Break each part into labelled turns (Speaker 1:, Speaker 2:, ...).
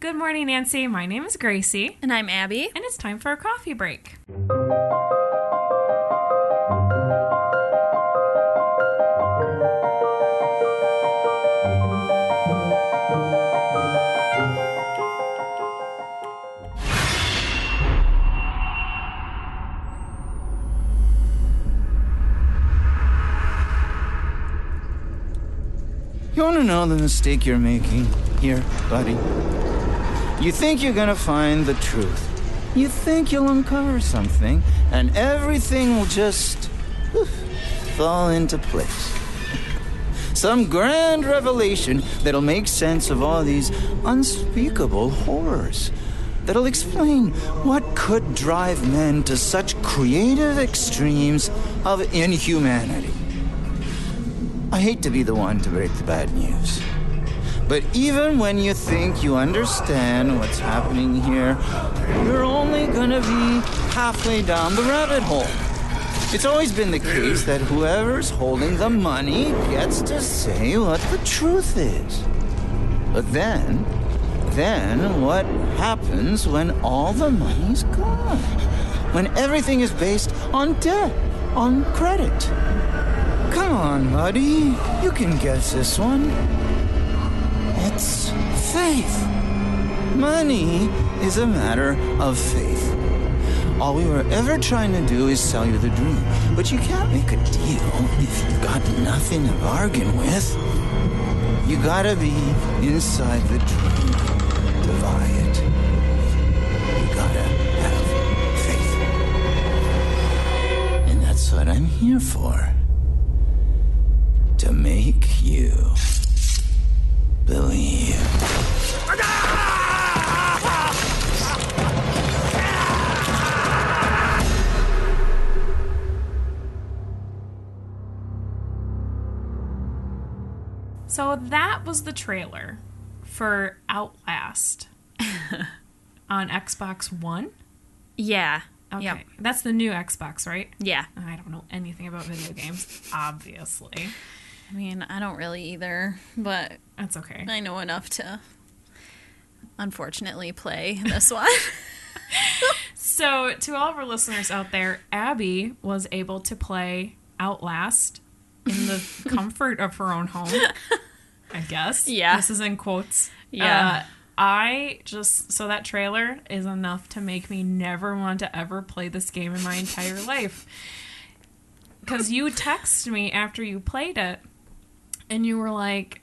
Speaker 1: Good morning, Nancy. My name is Gracie,
Speaker 2: And I'm Abby.
Speaker 1: and it's time for a coffee break.
Speaker 3: You want to know the mistake you're making here, buddy? You think you're going to find the truth. You think you'll uncover something, and everything will just oof, fall into place. Some grand revelation that'll make sense of all these unspeakable horrors. That'll explain what could drive men to such creative extremes of inhumanity. I hate to be the one to break the bad news. But even when you think you understand what's happening here, you're only gonna be halfway down the rabbit hole. It's always been the case that whoever's holding the money gets to say what the truth is. But then, then what happens when all the money's gone? When everything is based on debt, on credit? Come on, buddy. You can guess this one. It's faith. Money is a matter of faith. All we were ever trying to do is sell you the dream. But you can't make a deal if you've got nothing to bargain with. You gotta be inside the dream to buy it. You gotta have faith. And that's what I'm here for to make you believe.
Speaker 1: So that was the trailer for Outlast on Xbox One.
Speaker 2: Yeah.
Speaker 1: Okay.
Speaker 2: Yep.
Speaker 1: That's the new Xbox, right?
Speaker 2: Yeah.
Speaker 1: I don't know anything about video games, obviously.
Speaker 2: I mean, I don't really either, but
Speaker 1: That's okay.
Speaker 2: I know enough to unfortunately play this one.
Speaker 1: So, to all of our listeners out there, Abby was able to play Outlast in the comfort of her own home. I guess.
Speaker 2: Yeah.
Speaker 1: This is in quotes.
Speaker 2: Yeah.
Speaker 1: Uh, I just so that trailer is enough to make me never want to ever play this game in my entire life. Cuz you texted me after you played it and you were like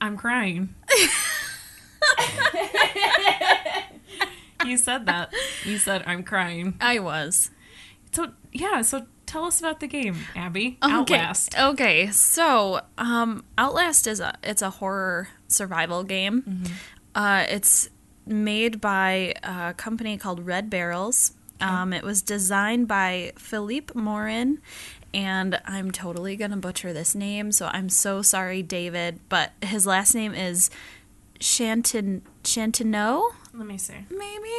Speaker 1: I'm crying. you said that. You said I'm crying.
Speaker 2: I was.
Speaker 1: So yeah, so tell us about the game, Abby.
Speaker 2: Okay.
Speaker 1: Outlast.
Speaker 2: Okay. So, um, Outlast is a it's a horror survival game. Uh, it's made by a company called Red Barrels. Um, it was designed by Philippe Morin, and I'm totally gonna butcher this name, so I'm so sorry, David. But his last name is Chantin Chantineau,
Speaker 1: Let me see.
Speaker 2: maybe.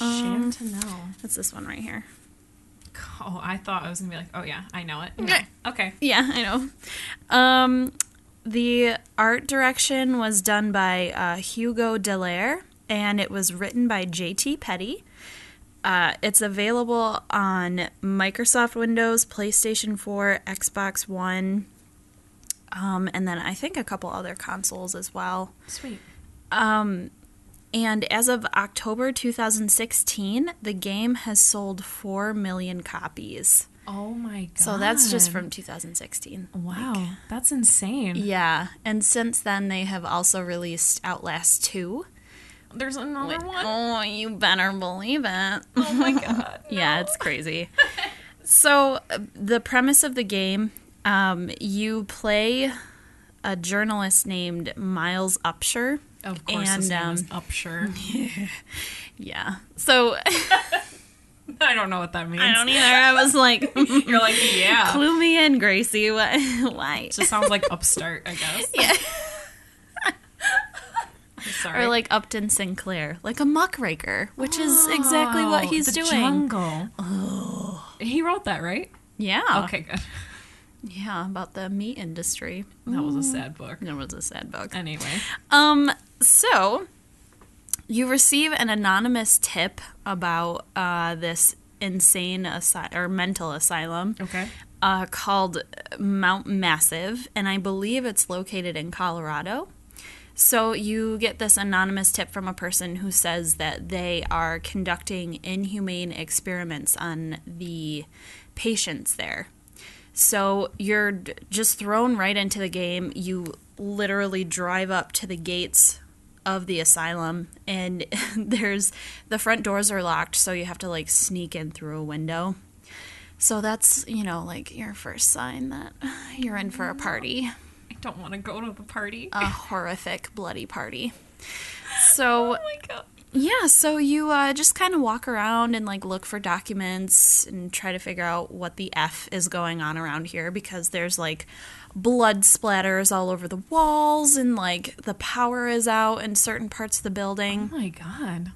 Speaker 2: Um,
Speaker 1: Shame to know.
Speaker 2: That's this one right here.
Speaker 1: Oh, I thought I was gonna be like, oh yeah, I know it. No.
Speaker 2: Okay.
Speaker 1: Okay.
Speaker 2: Yeah, I know. Um, the art direction was done by uh, Hugo Dallaire, and it was written by J.T. Petty. Uh, it's available on Microsoft Windows, PlayStation 4, Xbox One, um, and then I think a couple other consoles as well.
Speaker 1: Sweet.
Speaker 2: And as of October 2016, the game has sold 4 million copies.
Speaker 1: Oh my god.
Speaker 2: So that's just from 2016.
Speaker 1: Wow, that's insane.
Speaker 2: Yeah, and since then they have also released Outlast 2.
Speaker 1: There's another one. Oh,
Speaker 2: Oh, you better believe it.
Speaker 1: my god.
Speaker 2: Yeah, it's crazy. so, uh, the premise of the game um, you play a journalist named Miles Upshur.
Speaker 1: Of course, his
Speaker 2: And,
Speaker 1: name is
Speaker 2: um,
Speaker 1: Upshur.
Speaker 2: Yeah. So,
Speaker 1: I don't know what that means.
Speaker 2: I don't either. I was like,
Speaker 1: You're like, yeah.
Speaker 2: clue me in, Gracie. What? Why?
Speaker 1: Just sounds like upstart, I guess. Yeah. Sorry.
Speaker 2: Or like Upton Sinclair, like a muckraker, which is exactly what
Speaker 1: Oh,
Speaker 2: he's
Speaker 1: the
Speaker 2: doing.
Speaker 1: Jungle. He wrote that, right?
Speaker 2: Yeah.
Speaker 1: Okay, good.
Speaker 2: Yeah, about the meat industry.
Speaker 1: That was a sad book.
Speaker 2: That was a sad book.
Speaker 1: Anyway,
Speaker 2: Um, so You receive an anonymous tip about uh, this insane asy- or mental asylum
Speaker 1: Okay.
Speaker 2: uh, called Mount Massive, and I believe it's located in Colorado. So you get this anonymous tip from a person who says that they are conducting inhumane experiments on the patients there. So you're d- just thrown right into the game. You literally drive up to the gates of the asylum and there's the front doors are locked so you have to like sneak in through a window. So that's, you know, like your first sign that you're in for a party
Speaker 1: I don't want to go to the party.
Speaker 2: a horrific bloody party. So
Speaker 1: oh my god.
Speaker 2: yeah, so you uh, just kind of walk around and like look for documents and try to figure out what the f is going on around here because there's like blood splatters all over the walls and like the power is out in certain parts of the building.
Speaker 1: Oh my god.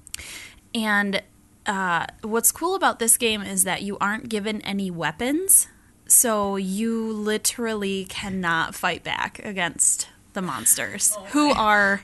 Speaker 2: And uh, what's cool about this game is that you aren't given any weapons, so you literally cannot fight back against the monsters, who are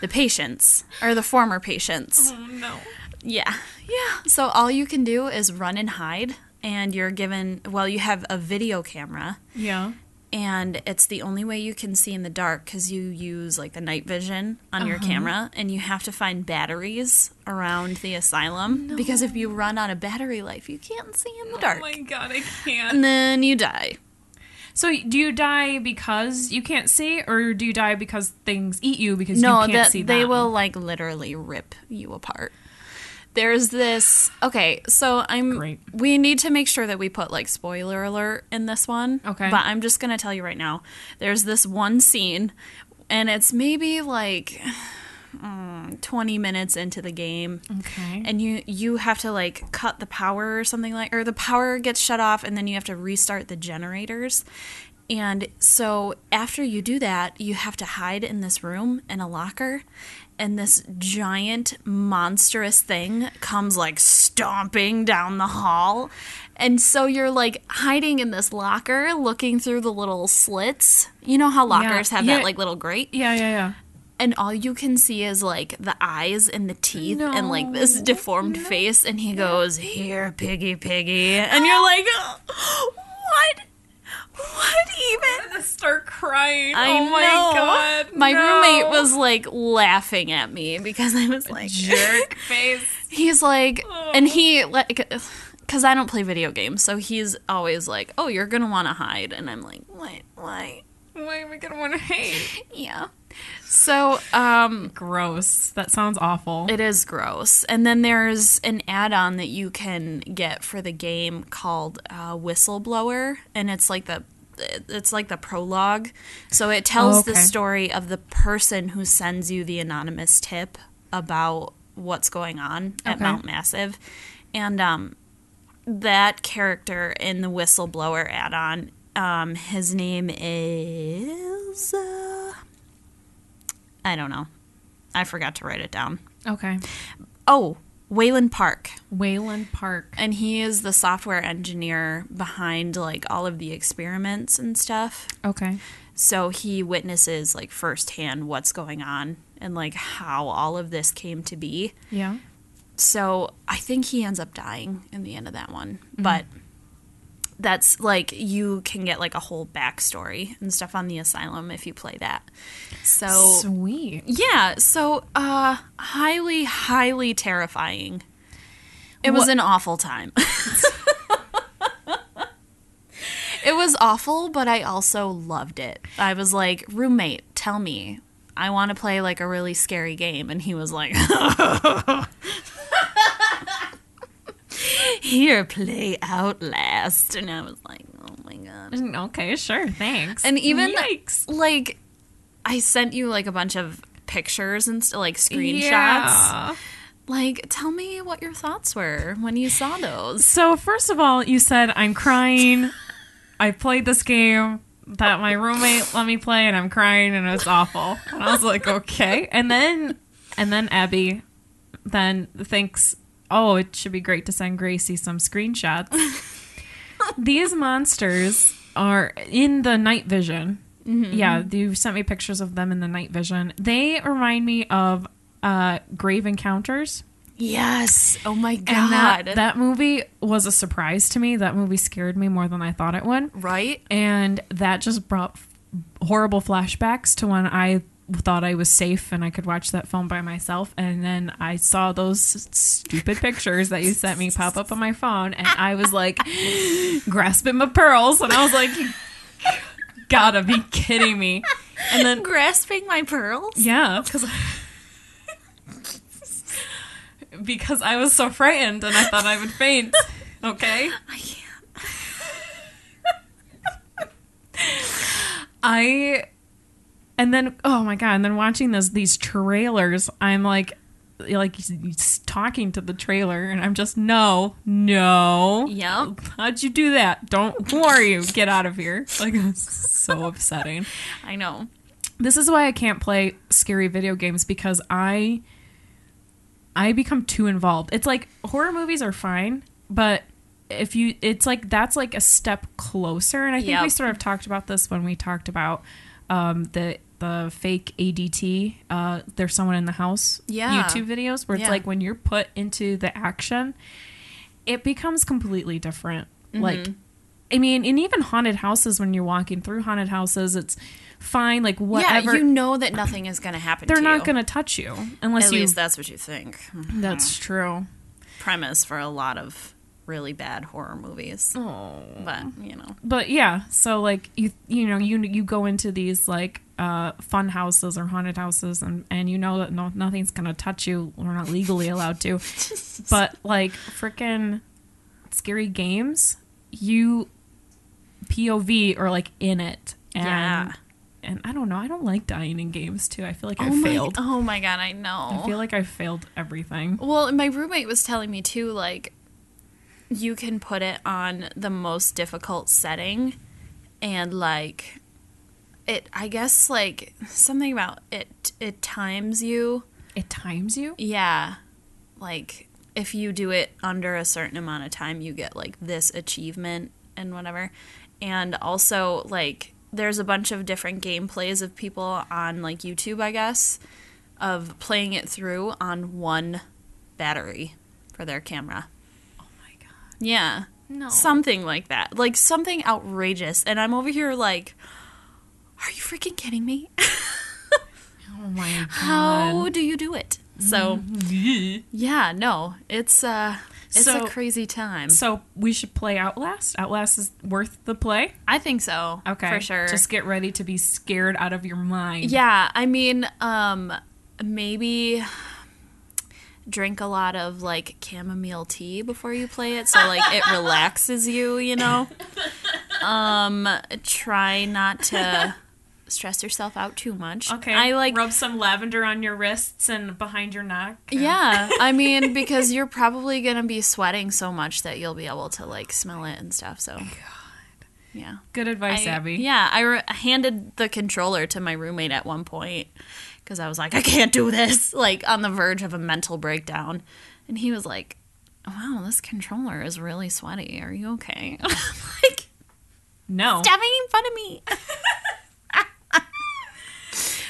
Speaker 2: the patients or the former patients.
Speaker 1: Oh no.
Speaker 2: Yeah, yeah. So all you can do is run and hide, and you're given, well, you have a video camera.
Speaker 1: Yeah.
Speaker 2: And it's the only way you can see in the dark because you use like the night vision on your
Speaker 1: Uh-huh.
Speaker 2: camera, and you have to find batteries around the asylum because if you run out of battery life, you can't see in the dark,
Speaker 1: Oh my god, I can't.
Speaker 2: and then you die.
Speaker 1: So do you die because you can't see, or do you die because things eat you because you
Speaker 2: no,
Speaker 1: can't
Speaker 2: that
Speaker 1: see them?
Speaker 2: they will like literally rip you apart. There's this. Okay, so I'm.
Speaker 1: Great.
Speaker 2: We need to make sure that we put like spoiler alert in this one.
Speaker 1: Okay.
Speaker 2: But I'm just gonna tell you right now. There's this one scene, and it's maybe like mm, 20 minutes into the game,
Speaker 1: Okay.
Speaker 2: and you you have to like cut the power or something like, or the power gets shut off, and then you have to restart the generators. And so after you do that, you have to hide in this room in a locker. And this giant monstrous thing comes like stomping down the hall. And so you're like hiding in this locker, looking through the little slits. You know how lockers have
Speaker 1: Yeah.
Speaker 2: that like little grate?
Speaker 1: yeah, yeah, yeah.
Speaker 2: and all you can see is like the eyes and the teeth and like this deformed face and he goes here piggy piggy and
Speaker 1: Ah.
Speaker 2: you're like what what even
Speaker 1: gonna start crying.
Speaker 2: I
Speaker 1: oh my
Speaker 2: know.
Speaker 1: god.
Speaker 2: my
Speaker 1: no.
Speaker 2: roommate was like laughing at me because i was like
Speaker 1: jerk Oh. face.
Speaker 2: he's like and he like because i don't play video games so he's always like oh you're gonna want to hide and i'm like what why
Speaker 1: Why am I gonna want to hate?
Speaker 2: yeah so um
Speaker 1: Gross. That sounds awful.
Speaker 2: It is gross. And then there's an add-on that you can get for the game called uh, Whistleblower, and it's like the it's like the prologue. So it tells
Speaker 1: Oh, okay.
Speaker 2: the story of the person who sends you the anonymous tip about what's going on at
Speaker 1: Okay.
Speaker 2: Mount Massive, and um, that character in the Whistleblower add-on, um, his name is. Uh, I don't know. I forgot to write it down.
Speaker 1: okay.
Speaker 2: Oh, Wayland Park.
Speaker 1: Wayland Park.
Speaker 2: And he is the software engineer behind like all of the experiments and stuff.
Speaker 1: Okay.
Speaker 2: So he witnesses like firsthand what's going on and like how all of this came to be.
Speaker 1: Yeah.
Speaker 2: So I think he ends up dying in the end of that one. But that's like you can get like a whole backstory and stuff on the asylum if you play that. So
Speaker 1: Sweet.
Speaker 2: yeah, so uh highly highly terrifying. It was
Speaker 1: What-
Speaker 2: an awful time. it was awful, but I also loved it. I was like, "Roommate, tell me. I want to play like a really scary game." And he was like, "Here, play Outlast." And I was like, "Oh my god."
Speaker 1: Mm, Okay, sure. Thanks.
Speaker 2: And even
Speaker 1: Yikes.
Speaker 2: like I sent you like a bunch of pictures and st- like screenshots.
Speaker 1: Yeah.
Speaker 2: Like tell me what your thoughts were when you saw those.
Speaker 1: So first of all, you said I'm crying. I played this game that my roommate let me play, and I'm crying, and it's awful. And I was like, okay. And then, and then Abby, then thinks, oh, it should be great to send Gracie some screenshots. These monsters are in the night vision. Yeah, you sent me pictures of them in the night vision. They remind me of uh, Grave Encounters.
Speaker 2: Yes. Oh my god.
Speaker 1: And that, that movie was a surprise to me. That movie scared me more than I thought it would.
Speaker 2: right?
Speaker 1: And that just brought f- horrible flashbacks to when I thought I was safe and I could watch that film by myself. And then I saw those s- stupid pictures that you sent me pop up on my phone. And I was like, grasping my pearls. And I was like, you gotta be kidding me.
Speaker 2: And then grasping my pearls.
Speaker 1: Yeah, because because I was so frightened and I thought I would faint. Okay,
Speaker 2: I can't.
Speaker 1: I and then oh my god, and then watching this these trailers, I'm like like he's talking to the trailer and I'm just no, no.
Speaker 2: Yep.
Speaker 1: How'd you do that? Don't worry, you. Get out of here. Like it was so upsetting.
Speaker 2: I know.
Speaker 1: this is why I can't play scary video games because I I become too involved. It's like horror movies are fine, but if you it's like that's like a step closer and I think we
Speaker 2: Yep.
Speaker 1: sort of talked about this when we talked about um the the fake ADT uh there's someone in the house
Speaker 2: Yeah.
Speaker 1: YouTube videos where it's
Speaker 2: Yeah.
Speaker 1: like when you're put into the action it becomes completely different.
Speaker 2: Mm-hmm.
Speaker 1: Like, I mean, and even haunted houses, when you're walking through haunted houses, it's fine. Like, whatever.
Speaker 2: Yeah, you know that nothing is going to happen.
Speaker 1: they're
Speaker 2: to
Speaker 1: not
Speaker 2: you.
Speaker 1: going to touch you unless
Speaker 2: At
Speaker 1: you.
Speaker 2: least uh-huh. that's what you think.
Speaker 1: That's true.
Speaker 2: Premise for a lot of really bad horror movies.
Speaker 1: Oh.
Speaker 2: But you know,
Speaker 1: But yeah, so like you, you know, you you go into these like uh, fun houses or haunted houses, and and you know that no, nothing's going to touch you. We're not legally allowed to. but like freaking scary games, you POV or like in it. And,
Speaker 2: Yeah.
Speaker 1: And I don't know. I don't like dying in games too. I feel like I
Speaker 2: oh
Speaker 1: failed.
Speaker 2: My, oh my god, I know.
Speaker 1: I feel like I failed everything.
Speaker 2: Well, and my roommate was telling me too, like, you can put it on the most difficult setting and, like, it, I guess, like, something about it, it times you.
Speaker 1: It times you.
Speaker 2: Yeah. Like, if you do it under a certain amount of time, you get, like, this achievement and whatever. And also, like, there's a bunch of different gameplays of people on, like, YouTube, I guess, of playing it through on one battery for their camera.
Speaker 1: Oh my god.
Speaker 2: Yeah.
Speaker 1: No.
Speaker 2: Something like that. Like, something outrageous. And I'm over here, like, are you freaking kidding me?
Speaker 1: Oh my
Speaker 2: How
Speaker 1: god.
Speaker 2: do you do it? So.
Speaker 1: Mm-hmm.
Speaker 2: Yeah, no, it's uh, it's
Speaker 1: So-
Speaker 2: a crazy time.
Speaker 1: so we should play Outlast. Outlast is worth the play.
Speaker 2: I think so.
Speaker 1: Okay.
Speaker 2: for sure.
Speaker 1: Just get ready to be scared out of your mind.
Speaker 2: yeah, I mean, um, maybe drink a lot of like chamomile tea before you play it, so like it relaxes you. You know, um, try not to stress yourself out too much.
Speaker 1: Okay.
Speaker 2: I like
Speaker 1: rub some lavender on your wrists and behind your neck. and-
Speaker 2: Yeah, I mean because you're probably gonna be sweating so much that you'll be able to like smell it and stuff.
Speaker 1: Oh
Speaker 2: So, yeah,
Speaker 1: Good advice,
Speaker 2: I-
Speaker 1: Abby.
Speaker 2: Yeah, I re- handed the controller to my roommate at one point because I was like, I can't do this, like on the verge of a mental breakdown, and he was like, Wow, this controller is really sweaty. Are you okay? I'm like,
Speaker 1: No.
Speaker 2: stop making fun of me.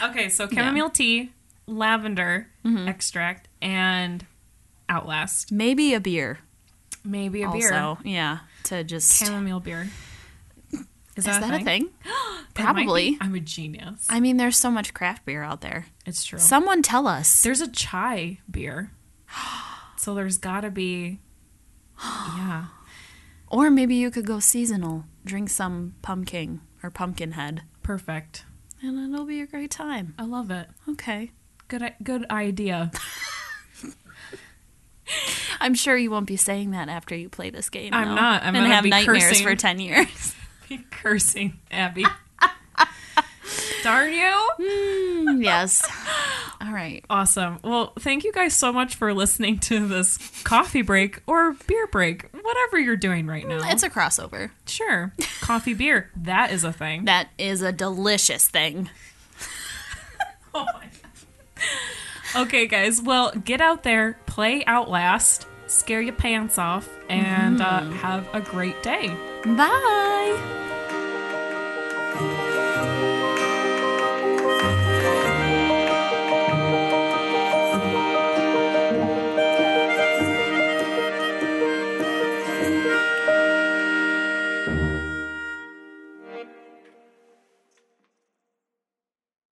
Speaker 1: Okay, so chamomile tea, lavender extract, and Outlast.
Speaker 2: Maybe a beer.
Speaker 1: Maybe a beer.
Speaker 2: Also, yeah, to just is
Speaker 1: Chamomile beer. Is that,
Speaker 2: that
Speaker 1: a thing? It might be.
Speaker 2: Probably.
Speaker 1: I'm a genius.
Speaker 2: I mean, there's so much craft beer out there.
Speaker 1: It's true.
Speaker 2: Someone tell us.
Speaker 1: There's a chai beer. So there's got to be. Yeah.
Speaker 2: Or maybe you could go seasonal, drink some pumpkin or pumpkin head,
Speaker 1: Perfect.
Speaker 2: and it'll be a great time.
Speaker 1: I love it.
Speaker 2: Okay.
Speaker 1: Good i- good idea.
Speaker 2: I'm sure you won't be saying that after you play this game.
Speaker 1: I'm
Speaker 2: though,
Speaker 1: not. I'm
Speaker 2: and
Speaker 1: gonna
Speaker 2: have
Speaker 1: be
Speaker 2: nightmares
Speaker 1: cursing.
Speaker 2: for 10 years.
Speaker 1: Cursing, Abby. Darn you.
Speaker 2: Mm, yes. All right.
Speaker 1: Awesome. Well, thank you guys so much for listening to this coffee break or beer break, whatever you're doing right now.
Speaker 2: It's a crossover.
Speaker 1: sure. Coffee beer. That is a thing.
Speaker 2: That is a delicious thing.
Speaker 1: Oh my God. Okay, guys. Well, get out there, play Outlast, scare your pants off, and uh, have a great day.
Speaker 2: Bye.
Speaker 4: Bye.